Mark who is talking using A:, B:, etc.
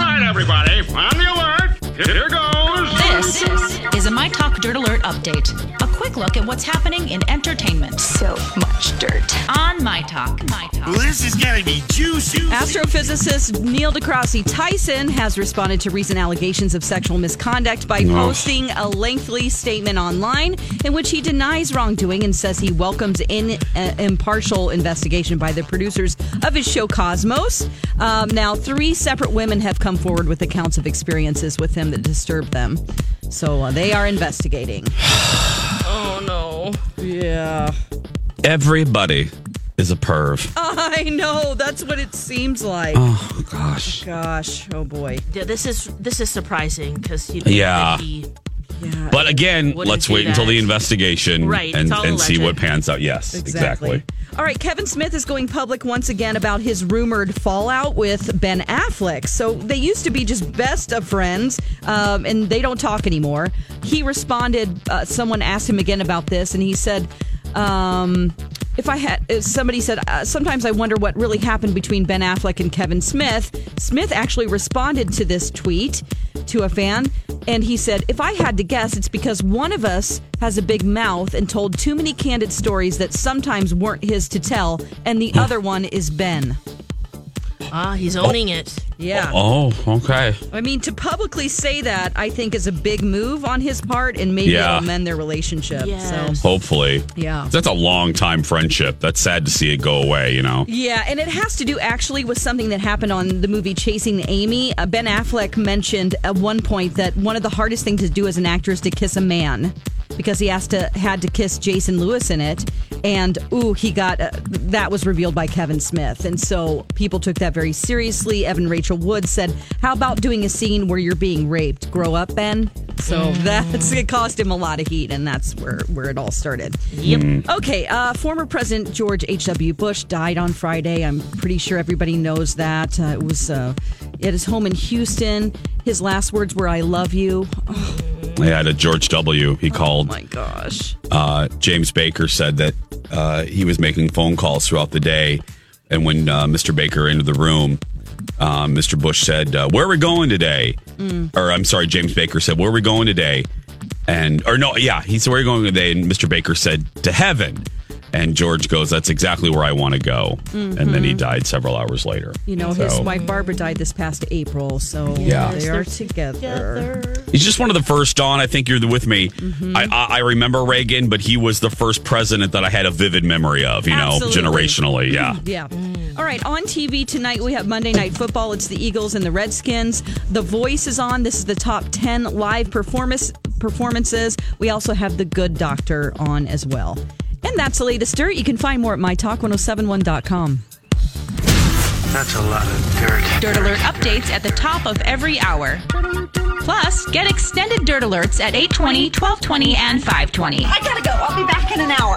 A: everybody, on the alert. Here goes.
B: This is a My Talk Dirt Alert update. A quick look at what's happening in entertainment
C: So much dirt.
B: on My Talk. My Talk.
D: This is gonna be juicy.
E: Astrophysicist Neil deGrasse Tyson has responded to recent allegations of sexual misconduct by posting a lengthy statement online in which he denies wrongdoing and says he welcomes an uh, impartial investigation by the producers of his show Cosmos. Um, now, three separate women have come forward with accounts of experiences with him that disturbed them. So uh, they are investigating.
F: Everybody is a perv.
G: Oh,
E: I know. That's what it seems like.
F: Oh gosh.
E: Gosh. Oh, boy.
G: Yeah, this is this is surprising because you
F: Yeah.
G: that he-
E: Yeah.
F: But again,
G: Wouldn't
F: let's
G: do
F: wait until
G: that.
F: the investigation
G: Right,
F: and,
G: it's all
F: and see
G: alleged.
F: what pans out. Yes, exactly.
E: All right, Kevin Smith is going public once again about his rumored fallout with Ben Affleck. So they used to be just best of friends, um, and they don't talk anymore. He responded. Uh, someone asked him again about this, and he said. Um, if I had, if somebody said, uh, sometimes I wonder what really happened between Ben Affleck and Kevin Smith. Smith actually responded to this tweet to a fan, and he said, If I had to guess, it's because one of us has a big mouth and told too many candid stories that sometimes weren't his to tell, and the other one is Ben.
G: ah, he's owning it.
E: Yeah.
F: Oh, okay.
E: I mean, to publicly say that, I think, is a big move on his part, and maybe
F: Yeah.
E: it'll mend their relationship.
G: Yes.
E: So.
F: Hopefully.
E: Yeah.
F: That's a long time friendship. That's sad to see it go away, you know.
E: Yeah, and it has to do actually with something that happened on the movie Chasing Amy. Uh, ben Affleck mentioned at one point that one of the hardest things to do as an actor is to kiss a man because he has to had to kiss Jason Lewis in it, and ooh, he got uh, that was revealed by Kevin Smith, and so people took that very seriously. Evan Rachel Wood said, "How about doing a scene where you're being raped? Grow up, Ben." So that's it cost him a lot of heat, and that's where where it all started. Okay, uh, former President George H.W. Bush died on Friday. I'm pretty sure everybody knows that. Uh, it was uh, at his home in Houston. His last words were, I love you. Oh
F: I had a George W.
G: Oh
F: He called.
E: my gosh.
F: Uh, James Baker said that uh, he was making phone calls throughout the day. And when uh, Mr. Baker entered the room, um, Mr. Bush said, uh, Where are we going today?
E: Mm.
F: Or I'm sorry, James Baker said, Where are we going today? And, or no, yeah, he said, Where are you going today? And Mr. Baker said, To heaven. And George goes, That's exactly where I want to go. And then he died several hours later.
E: Mm-hmm. You know, his
F: So-
E: wife Barbara died this past April, so
F: Yeah.
E: they are together.
F: He's just one of the first, Don. I think you're with me. I, I I remember Reagan, but he was the first president that I had a vivid memory of. You
E: Absolutely.
F: know, generationally. Yeah.
E: Yeah. All right. On TV tonight, we have Monday Night Football. It's the Eagles and the Redskins. The Voice is on. This is the top 10 live performance performances. We also have The Good Doctor on as well. And that's the latest dirt. You can find more at mytalk1071.com.
H: That's a lot of dirt.
B: Dirt Alert updates at the top of every hour. Plus, get extended Dirt Alerts at 820, 1220, and 520.
C: I gotta go. I'll be back in an hour.